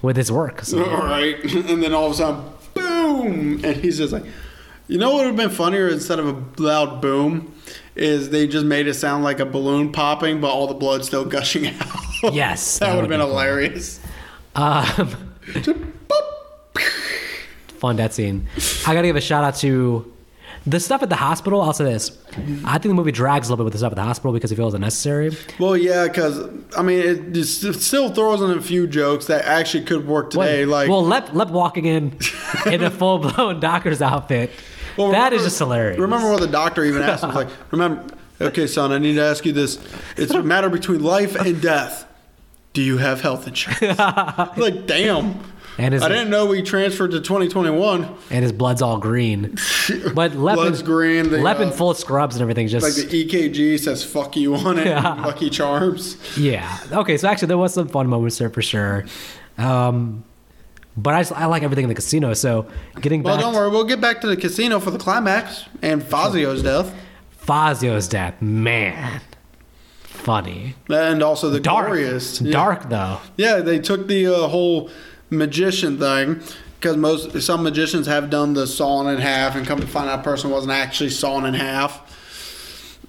with his work. So. All right, and then all of a sudden, boom, and he's just like, you know what would have been funnier instead of a loud boom, is they just made it sound like a balloon popping, but all the blood still gushing out. Yes, that, that would've would have been been cool. hilarious. Um, fun death scene. I gotta give a shout out to the stuff at the hospital. I'll say this: I think the movie drags a little bit with the stuff at the hospital because it feels unnecessary. Well, yeah, because I mean, it, just, it still throws in a few jokes that actually could work today. like, well, Lep Lep walking in in a full blown doctor's outfit. Well, that remember- is just hilarious. Remember what the doctor even asked him? Like, remember, okay, son, I need to ask you this. It's a matter between life and death. Do you have health insurance? like, damn. And his I didn't know we transferred to 2021. and his blood's all green, but Lep Blood's in, green, the, Lep in uh, full scrubs and everything. Just Like the EKG says "fuck you" on it. Yeah. Lucky Charms. Yeah. Okay. So actually, there was some fun moments there for sure. Um, but I, just, I like everything in the casino. So getting Well, back don't worry. We'll get back to the casino for the climax and Fazio's death, to Fazio's death, man, funny, and also the dark, glorious, Yeah. dark though. Yeah, they took the uh, whole magician thing because most some magicians have done the sawing in half and come to find out a person wasn't actually sawing in half.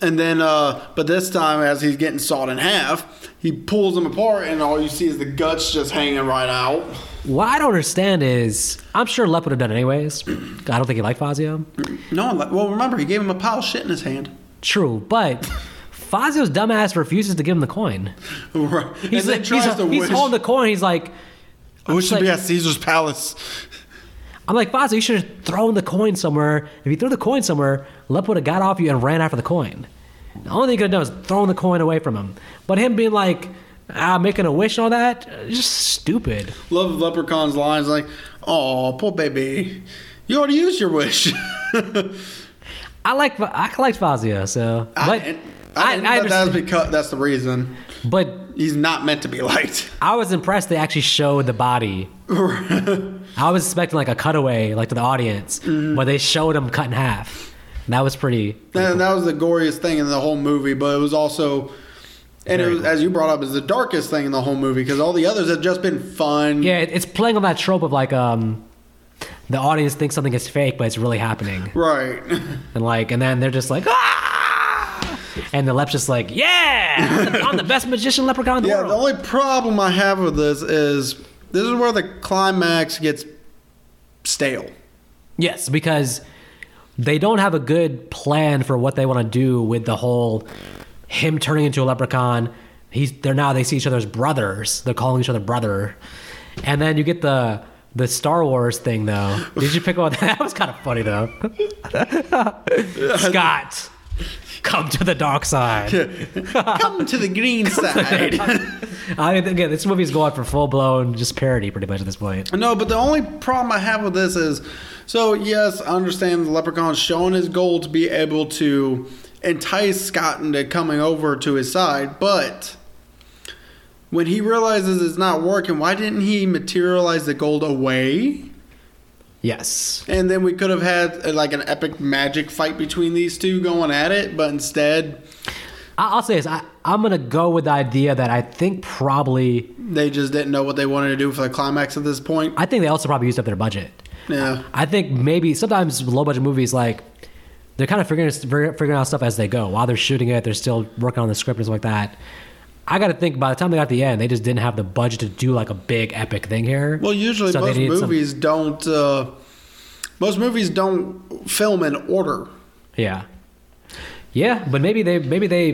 And then, uh, but this time, as he's getting sawed in half, he pulls them apart, and all you see is the guts just hanging right out. What I don't understand is, I'm sure Lep would have done it anyways. I don't think he liked Fazio. No, one, well, remember he gave him a pile of shit in his hand. True, but Fazio's dumbass refuses to give him the coin. He's He's like, he's, he's holding the coin. He's like, I wish to like- be at Caesar's palace. I'm like Fazio, you should have thrown the coin somewhere. If you threw the coin somewhere, Lep would have got off you and ran after the coin. The only thing he could have done is thrown the coin away from him. But him being like, ah, making a wish and all that, uh, just stupid. Love Leprechaun's lines like, "Oh, poor baby, you already used your wish." I like I liked Fazio, so I- but and- I- I, mean, I that- that's understand. because that's the reason But he's not meant to be liked. I was impressed they actually showed the body. I was expecting like a cutaway, like to the audience, but they showed him cut in half. And that was pretty. That, that was the goriest thing in the whole movie, but it was also, and it Very was, as you brought up, is the darkest thing in the whole movie because all the others have just been fun. Yeah, it- it's playing on that trope of like um, the audience thinks something is fake, but it's really happening, Right. and like, and then they're just like ah, and the lep's just like yeah, I'm the, I'm the best magician leprechaun in the Yeah, world. the only problem I have with this is this is where the climax gets stale. Yes, because they don't have a good plan for what they want to do with the whole him turning into a leprechaun. He's they're now they see each other as brothers. They're calling each other brother, and then you get the the Star Wars thing though. Did you pick up on that? That was kind of funny though. Scott, come to the dark side. Come to the green side. I mean, again, this movie's going for full blown just parody pretty much at this point. No, but the only problem I have with this is so, yes, I understand the leprechaun's showing his goal to be able to entice Scott into coming over to his side, but when he realizes it's not working, why didn't he materialize the gold away? Yes. And then we could have had uh, like an epic magic fight between these two going at it, but instead I- I'll say this. I, I'm gonna go with the idea that I think probably they just didn't know what they wanted to do for the climax at this point. I think they also probably used up their budget. Yeah. I think maybe sometimes low budget movies like they're kind of figuring figuring out stuff as they go. While they're shooting it, they're still working on the script and stuff like that. I got to think by the time they got to the end, they just didn't have the budget to do like a big epic thing here. Well, usually So they most needed some- movies don't. Uh, most movies don't film in order. yeah, yeah, but maybe they maybe they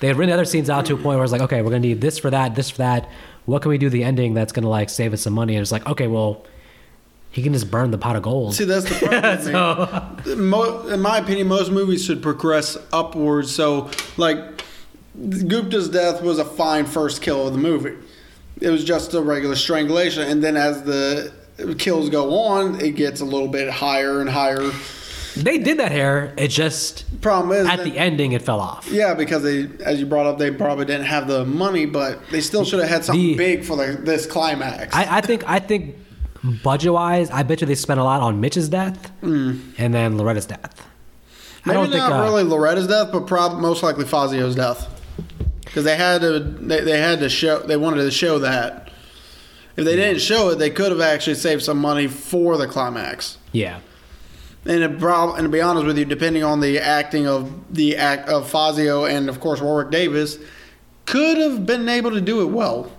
they had written the other scenes out to a point where it's like, okay, we're gonna need this for that, this for that. What can we do the ending that's gonna like save us some money? And it's like, okay, well, he can just burn the pot of gold. See, that's the problem. with me. Mo- in my opinion, most movies should progress upwards. So, like, Gupta's death was a fine first kill of the movie. It was just a regular strangulation, and then as the kills go on, it gets a little bit higher and higher. They did that here. It just Problem is, at that- the ending it fell off. yeah, because they, as you brought up, they probably didn't have the money, but they still should have had something The- big for the, this climax. I, I think I think budget wise, I bet you they spent a lot on Mitch's death and then Loretta's death. Hmm. Maybe I don't not think uh, really Loretta's death, but prob- most likely Fazio's death, because they had to they, they had to show they wanted to show that. If they didn't show it, they could have actually saved some money for the climax. yeah. And it prob- and to be honest with you, depending on the acting of the act of Fazio and of course Warwick Davis, could have been able to do it well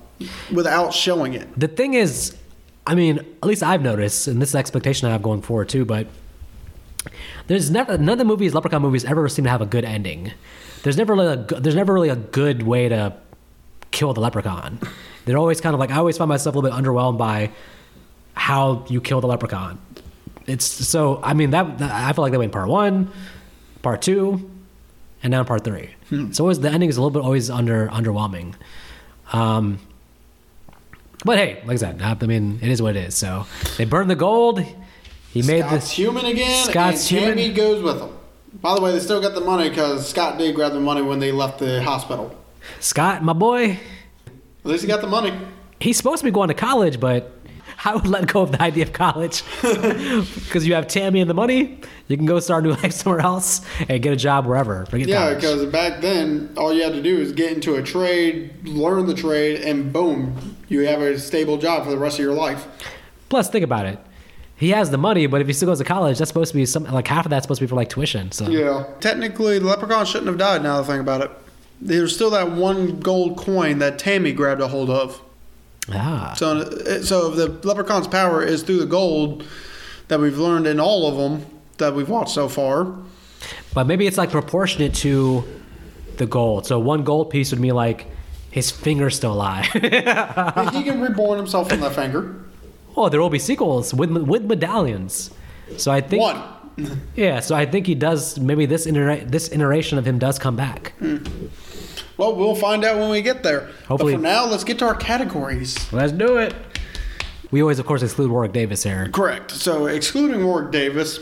without showing it. The thing is, I mean, at least I've noticed, and this is the expectation I have going forward too, but there's never none of the movies, Leprechaun movies, ever seem to have a good ending. There's never really a, go- there's never really a good way to kill the leprechaun. They're always kind of like I always find myself a little bit underwhelmed by how you kill the leprechaun. It's so I mean that, that- I feel like that way in part one, part two, and now in part three. It's always the ending is a little bit always under underwhelming. Um, but hey, like I said, I I mean it is what it is. So they burned the gold. He made Scott's this human again. Scott's and human. Tammy goes with him. By the way, they still got the money because Scott did grab the money when they left the hospital. Scott, my boy, At least he got the money. he's supposed to be going to college, but I would let go of the idea of college because you have Tammy and the money. You can go start a new life somewhere else and get a job wherever. Forget Yeah, college. because back then, all you had to do is get into a trade, learn the trade, and boom, you have a stable job for the rest of your life. Plus, think about it. He has the money, but if he still goes to college, that's supposed to be some like half of that's supposed to be for like tuition. So Yeah. Technically, the leprechaun shouldn't have died now that I think about it. There's still that one gold coin that Tammy grabbed a hold of. ah, So, uh, so if the leprechaun's power is through the gold that we've learned in all of them that we've watched so far. but maybe it's like proportionate to the gold. So one gold piece would mean like his finger's still alive. he can reborn himself from that finger. oh, there will be sequels with with medallions. So I think One. Yeah, so I think he does. Maybe this intera- this iteration of him does come back. Well, we'll find out when we get there. Hopefully- But for now, let's get to our categories. Let's do it. We always, of course, exclude Warwick Davis here. Correct. So excluding Warwick Davis,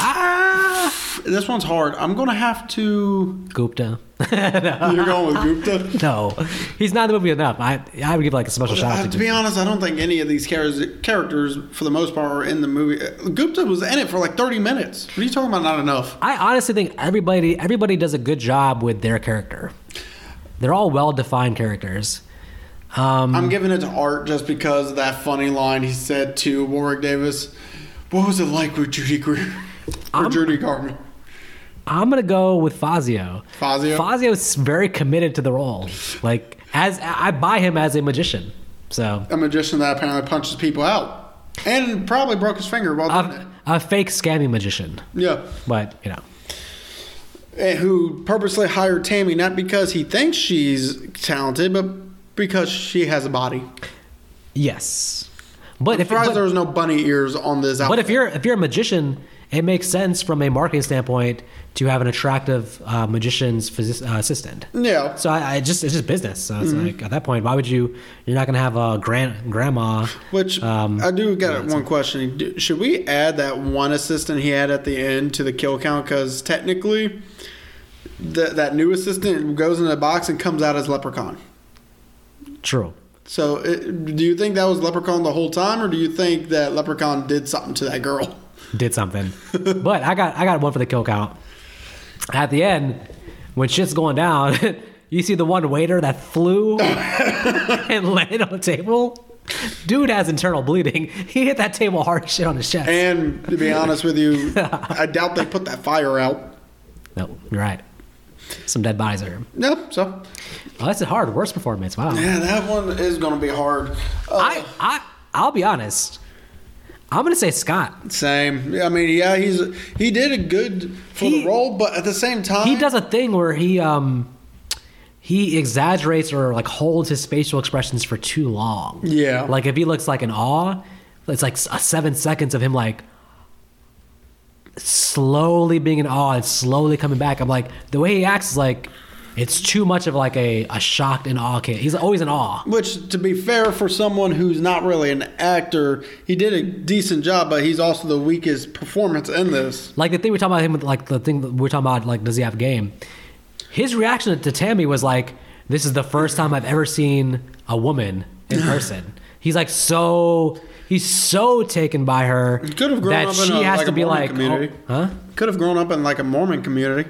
Ah, This one's hard. I'm gonna have to. Gupta. You're going with Gupta. no, he's not in the movie enough. I I would give like a special shout Uh, out to to be Gupta. honest, I don't think any of these char- characters, for the most part, are in the movie. Uh, Gupta was in it for like 30 minutes. What are you talking about? Not enough. I honestly think everybody everybody does a good job with their character. They're all well defined characters. Um, I'm giving it to Art just because of that funny line he said to Warwick Davis. What was it like with Judy Greer? or I'm- Judy Garman? I'm gonna go with Fazio. Fazio? Fazio's very committed to the role. Like as I buy him as a magician. So A magician that apparently punches people out. And probably broke his finger while doing a, a fake scammy magician, it. Yeah. but you know. And eh, who purposely hired Tammy not because he thinks she's talented, but because she has a body. Yes. But I'm if, but, surprised there was no bunny ears on this outfit. but if you're if you're a magician, it makes sense from a marketing standpoint to have an attractive uh, magician's phys- uh, assistant. Yeah. So I, I just it's just business. So it's like at that point, why would you? You're not gonna have a grand grandma. Which Um, I do got one question. Do- Should we add that one assistant he had at the end to the kill count? Because technically, th- that new assistant goes in a box and comes out as Leprechaun. True. So it, do you think that was Leprechaun the whole time, or do you think that Leprechaun did something to that girl? did something. but I got I got one for the kill count. At the end, when shit's going down, you see the one waiter that flew and landed on the table. Dude has internal bleeding. He hit that table hard as shit on his chest. And to be honest with you, I doubt they put that fire out. no, you're right. Some dead bodies are. No, so Oh, that's a hard worst performance. Wow. yeah, that one is going to be hard. Uh, I I I'll be honest. I'm gonna say Scott. same. I mean, yeah, he's he did a good for He- the role, but at the same time, he does a thing where he um he exaggerates or like holds his facial expressions for too long. Yeah. Like if he looks like in awe, it's like s- seven seconds of him like slowly being in awe and slowly coming back. I'm like the way he acts is like it's too much of like a, a shocked and awe kid. He's always in awe. Which, to be fair, for someone who's not really an actor, he did a decent job, but he's also the weakest performance in this. Like the thing we're talking about him with like the thing that we're talking about like does he have game? His reaction to Tammy was like, "This is the first time I've ever seen a woman in person." he's like so he's so taken by her Could have grown that up in she a, has like, to a be Mormon like, community. oh, "Huh?" Could have grown up in like a Mormon community.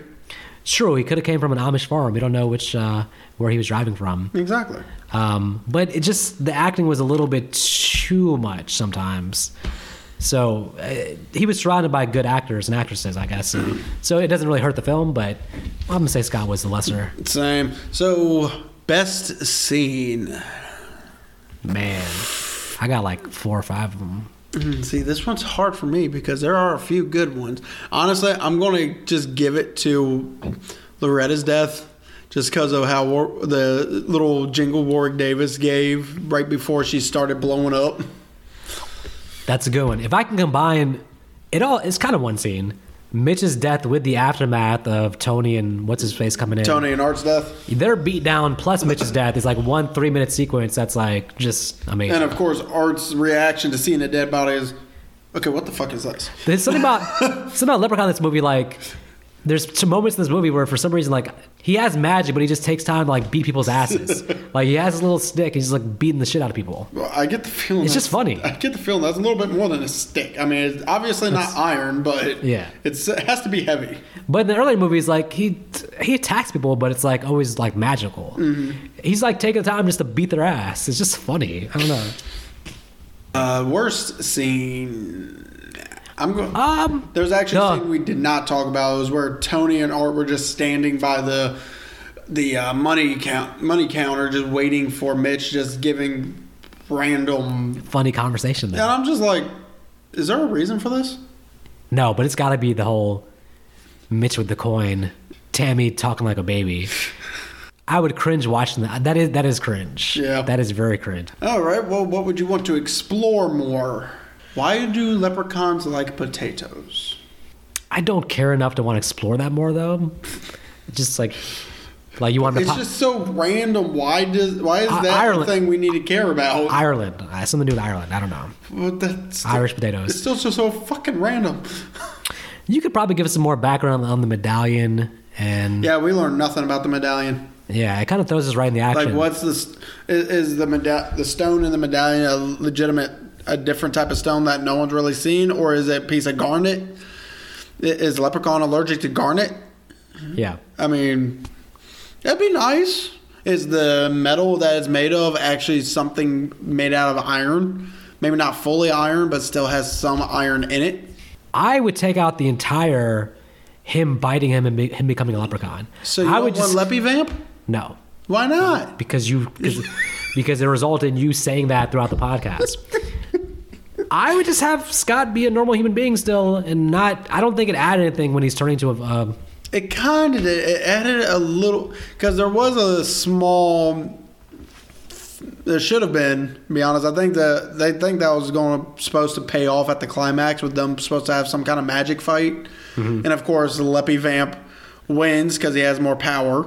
True, he could have came from an Amish farm. We don't know which uh, where he was driving from. Exactly. Um, but it just the acting was a little bit too much sometimes. So uh, he was surrounded by good actors and actresses, I guess. So, so it doesn't really hurt the film, but I'm gonna say Scott was the lesser Same. So, best scene. man. I got like four or five of them. Mm-hmm. See, this one's hard for me because there are a few good ones. Honestly, I'm going to just give it to Loretta's death just because of how war- the little jingle Warwick Davis gave right before she started blowing up. That's a good one. If I can combine it all, it's kind of one scene. Mitch's death with the aftermath of Tony and what's his face coming in. Tony and Art's death. Their beat down plus Mitch's death is like one three minute sequence that's like just amazing. And of course, Art's reaction to seeing a dead body is, okay, what the fuck is this? There's something about something about Leprechaun in this movie. Like, there's t- moments in this movie where for some reason, like, he has magic, but he just takes time to like beat people's asses. like, he has his little stick, and he's just like beating the shit out of people. Well, I get the feeling. It's that's- just funny. I get the feeling that's a little bit more than a stick. I mean, it's obviously not iron, but Yeah. it's, it has to be heavy. But in the earlier movies, like he he attacks people, but it's like always like magical. He's like taking the time just to beat their ass. It's just funny. I don't know. Uh, worst scene. I'm going. Um, There's actually no. a scene we did not talk about. It was where Tony and Art were just standing by the the uh, money count money counter, just waiting for Mitch, just giving random. funny conversation And though. I'm just like, is there a reason for this? No, but it's got to be the whole Mitch with the coin, Tammy talking like a baby. I would cringe watching that. That is that is cringe. Yeah. that is very cringe. All right. Well, what would you want to explore more? Why do leprechauns like potatoes? I don't care enough to want to explore that more though. Just like, like you want to It's pop just so random. Why does why is I- that Ireland- the thing we need to care about? Ireland, uh, something to do with Ireland. I don't know. But that's Irish It's potatoes. still just so fucking random. You could probably give us some more background on the medallion and yeah, Yeah, we learned nothing about the medallion. it kind of throws us right in the action. Like, what's this? Is, is the meda- the stone in the medallion a legitimate, a different type of stone that no one's really seen, or is it a piece of garnet? I- Is Leprechaun allergic to garnet? Yeah. I mean, that'd be nice. Is the metal that it's made of actually something made out of iron? Maybe not fully iron, but still has some iron in it. I would take out the entire him biting him and be, him becoming a leprechaun. So you I want would just one Leppy vamp? no Why not? because you because because it resulted in you saying that throughout the podcast. I would just have Scott be a normal human being still and not. I don't think it added anything when he's turning to a. a It kind of did. It added a little because there was a small. There should have been. To be honest, I think that they think that was going to, supposed to pay off at the climax with them supposed to have some kind of magic fight, and of course the Leppy Vamp wins because he has more power.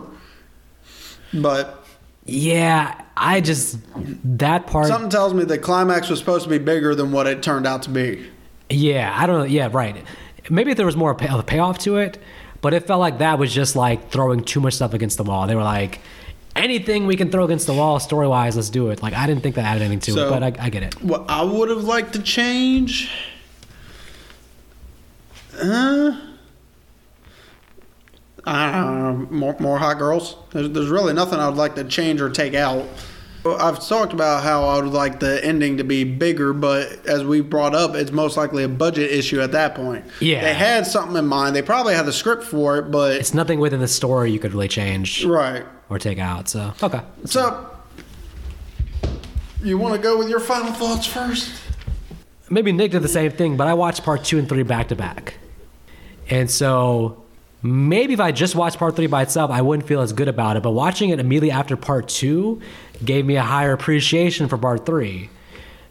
But yeah, I just that part. something tells me the climax was supposed to be bigger than what it turned out to be. Yeah, I don't know. Yeah, right. Maybe if there was more pay- of a payoff to it, but it felt like that was just like throwing too much stuff against the wall. They were like, anything we can throw against the wall, story wise, let's do it. Like, I didn't think that added anything to So- it, but I, I get it. What I would have liked to change. Uh, I don't know. More, more hot girls. There's, there's really nothing I would like to change or take out. I've talked about how I would like the ending to be bigger, but as we brought up, it's most likely a budget issue at that point. Yeah. They had something in mind. They probably had the script for it, but. It's nothing within the story you could really change right. or take out. So, okay. So. You want to go with your final thoughts first? maybe Nick did the same thing, but I watched part two and three back to back. And so maybe if I just watched part three by itself, I wouldn't feel as good about it. But watching it immediately after part two gave me a higher appreciation for part three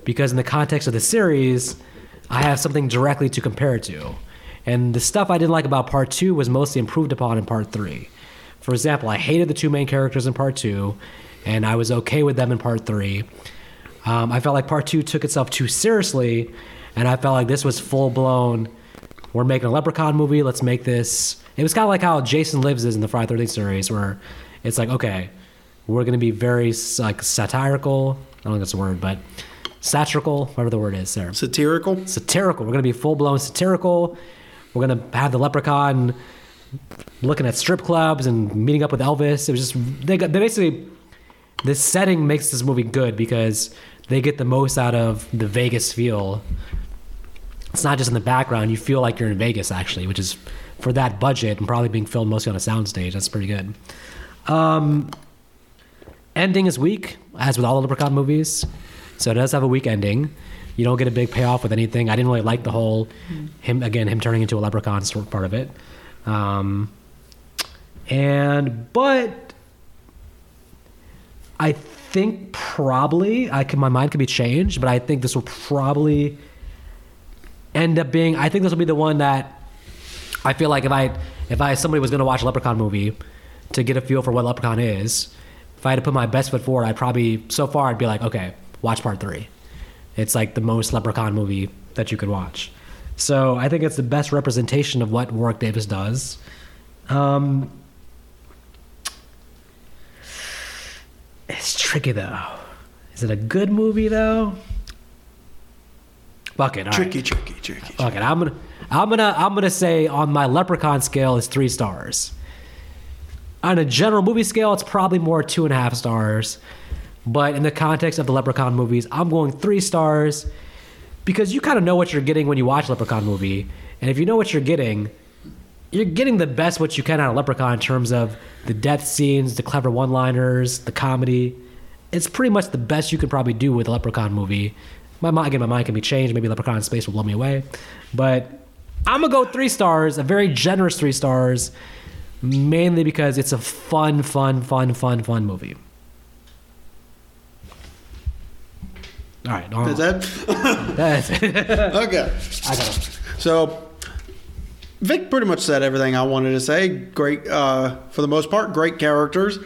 because, in the context of the series, I have something directly to compare it to. And the stuff I didn't like about part two was mostly improved upon in part three. For example, I hated the two main characters in part two, and I was okay with them in part three. Um, I felt like part two took itself too seriously, and I felt like this was full blown. We're making a Leprechaun movie. Let's make this. It was kind of like how Jason Lives is in the Friday Thirteenth series, where it's like, okay, we're gonna be very like satirical. I don't think that's a word, but satirical, whatever the word is there Satirical? satirical. We're going to be full blown satirical. We're going to have the leprechaun looking at strip clubs and meeting up with Elvis. It was just they got they basically this setting makes this movie good because they get the most out of the Vegas feel. It's not just in the background; you feel like you're in Vegas actually, which is for that budget and probably being filmed mostly on a soundstage. That's pretty good. Ending is weak, as with all the Leprechaun movies. So it does have a weak ending. You don't get a big payoff with anything. I didn't really like the whole him again him turning into a leprechaun sort part of it. Um, and but I think probably I can my mind could be changed, but I think this will probably end up being I think this will be the one that I feel like if I if I somebody was going to watch a Leprechaun movie to get a feel for what Leprechaun is, if I had to put my best foot forward, I'd probably so far I'd be like, okay, watch part three. It's like the most Leprechaun movie that you could watch. So I think it's the best representation of what Warwick Davis does. Um, it's tricky though. Is it a good movie though? Fuck it. all right. Tricky, tricky, tricky. Fuck it. I'm gonna, I'm gonna, I'm gonna say on my Leprechaun scale it's three stars. On a general movie scale, it's probably more two and a half stars. But in the context of the Leprechaun movies, I'm going three stars because you kind of know what you're getting when you watch a Leprechaun movie, and if you know what you're getting, you're getting the best what you can out of Leprechaun in terms of the death scenes, the clever one-liners, the comedy. It's pretty much the best you could probably do with a Leprechaun movie. My mind, again, my mind can be changed. Maybe Leprechaun in Space will blow me away, but I'm gonna go three stars, a very generous three stars, mainly because it's a fun, fun, fun, fun, fun movie. All right, Is on- that that's it. okay? I got it. So Vic pretty much said everything I wanted to say. Great, uh, for the most part, great characters.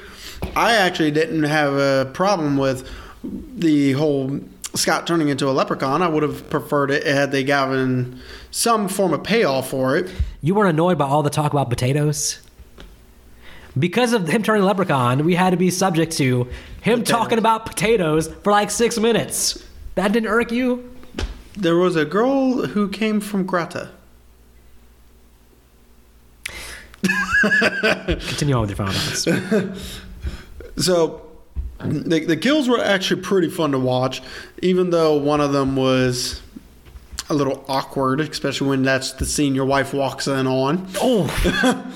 I actually didn't have a problem with the whole Scott turning into a leprechaun. I would have preferred it had they given some form of payoff for it. You weren't annoyed by all the talk about potatoes? Because of him turning leprechaun, we had to be subject to him talking about potatoes for like six minutes. That didn't irk you? There was a girl who came from Grata. Continue on with your final thoughts. So the, the kills were actually pretty fun to watch, even though one of them was a little awkward, especially when that's the scene your wife walks in on. Oh,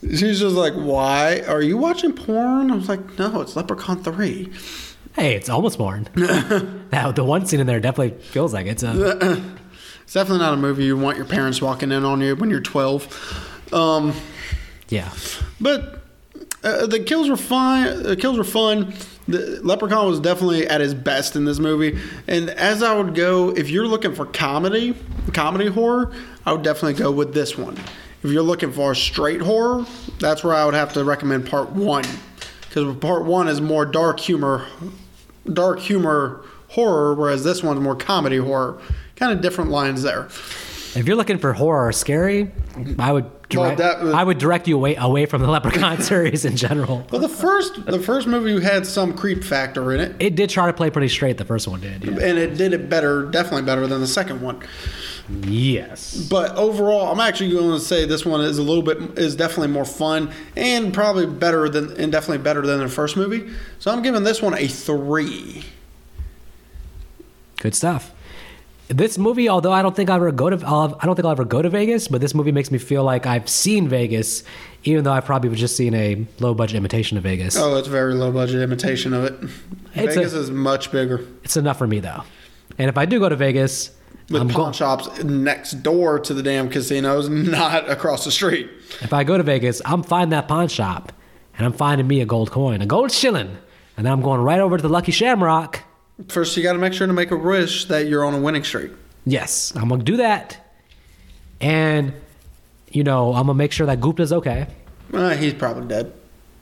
She's just like, Why? Are you watching porn? I was like, No, it's Leprechaun 3. hey, it's almost morn. now, the one scene in there definitely feels like it's a. It's definitely not a movie you want your parents walking in on you when you're 12. Um, Yeah. But uh, the kills were fine. The kills were fun. The Leprechaun was definitely at his best in this movie. And as I would go, if you're looking for comedy, comedy horror, I would definitely go with this one. If you're looking for straight horror, that's where I would have to recommend part one, because part one is more dark humor, dark humor horror, whereas this one's more comedy horror. Kind of different lines there. If you're looking for horror or scary, I would direct, that was- I would direct you away away from the Leprechaun series in general. Well, the first the first movie had some creep factor in it. It did try to play pretty straight. The first one did. yeah. and it did it better, definitely better than the second one. Yes. But overall, I'm actually going to say this one is a little bit is definitely more fun and probably better than and definitely better than the first movie. So I'm giving this one a three. Good stuff. This movie, although I don't think I'll ever go to, I'll, I don't think I'll ever go to Vegas, but this movie makes me feel like I've seen Vegas, even though I've probably just seen a low budget imitation of Vegas. Oh, it's a very low budget imitation of it. It's Vegas a- is much bigger It's enough for me though, and if I do go to Vegas, with I'm pawn going. shops next door to the damn casinos, not across the street. If I go to Vegas, I'm finding that pawn shop, and I'm finding me a gold coin, a gold shilling, and then I'm going right over to the Lucky Shamrock. First, you got to make sure to make a wish that you're on a winning streak. Yes, I'm gonna do that, and you know I'm gonna make sure that Gupta's okay. Uh, he's probably dead.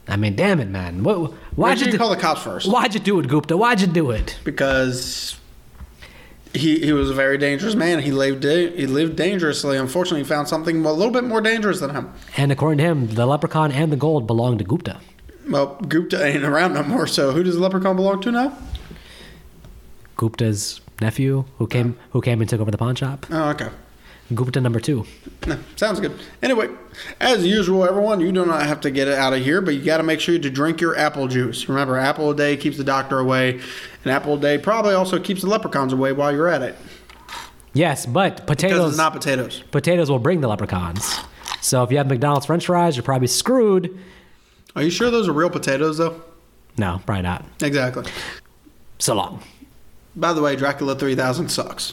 I mean, damn it, man. What, Why why'd did you you do, call the cops first? Why'd you do it, Gupta? Why'd you do it? because he he was a very dangerous man. He lived da- he lived dangerously. Unfortunately, he found something a little bit more dangerous than him. And according to him, the leprechaun and the gold belonged to Gupta. Well, Gupta ain't around no more. So who does the leprechaun belong to now? Gupta's nephew, who came who came and took over the pawn shop. Oh, okay. Gupta number two. No, sounds good. Anyway, as usual, everyone, you do not have to get it out of here, but you got to make sure to drink your apple juice. Remember, apple a day keeps the doctor away, and apple a day probably also keeps the leprechauns away while you're at it Yes, but because potatoes it's not potatoes. potatoes will bring the leprechauns. So if you have McDonald's French fries, you're probably screwed. Are you sure those are real potatoes though? No, probably not. Exactly. So long. By the way, Dracula 3000 sucks.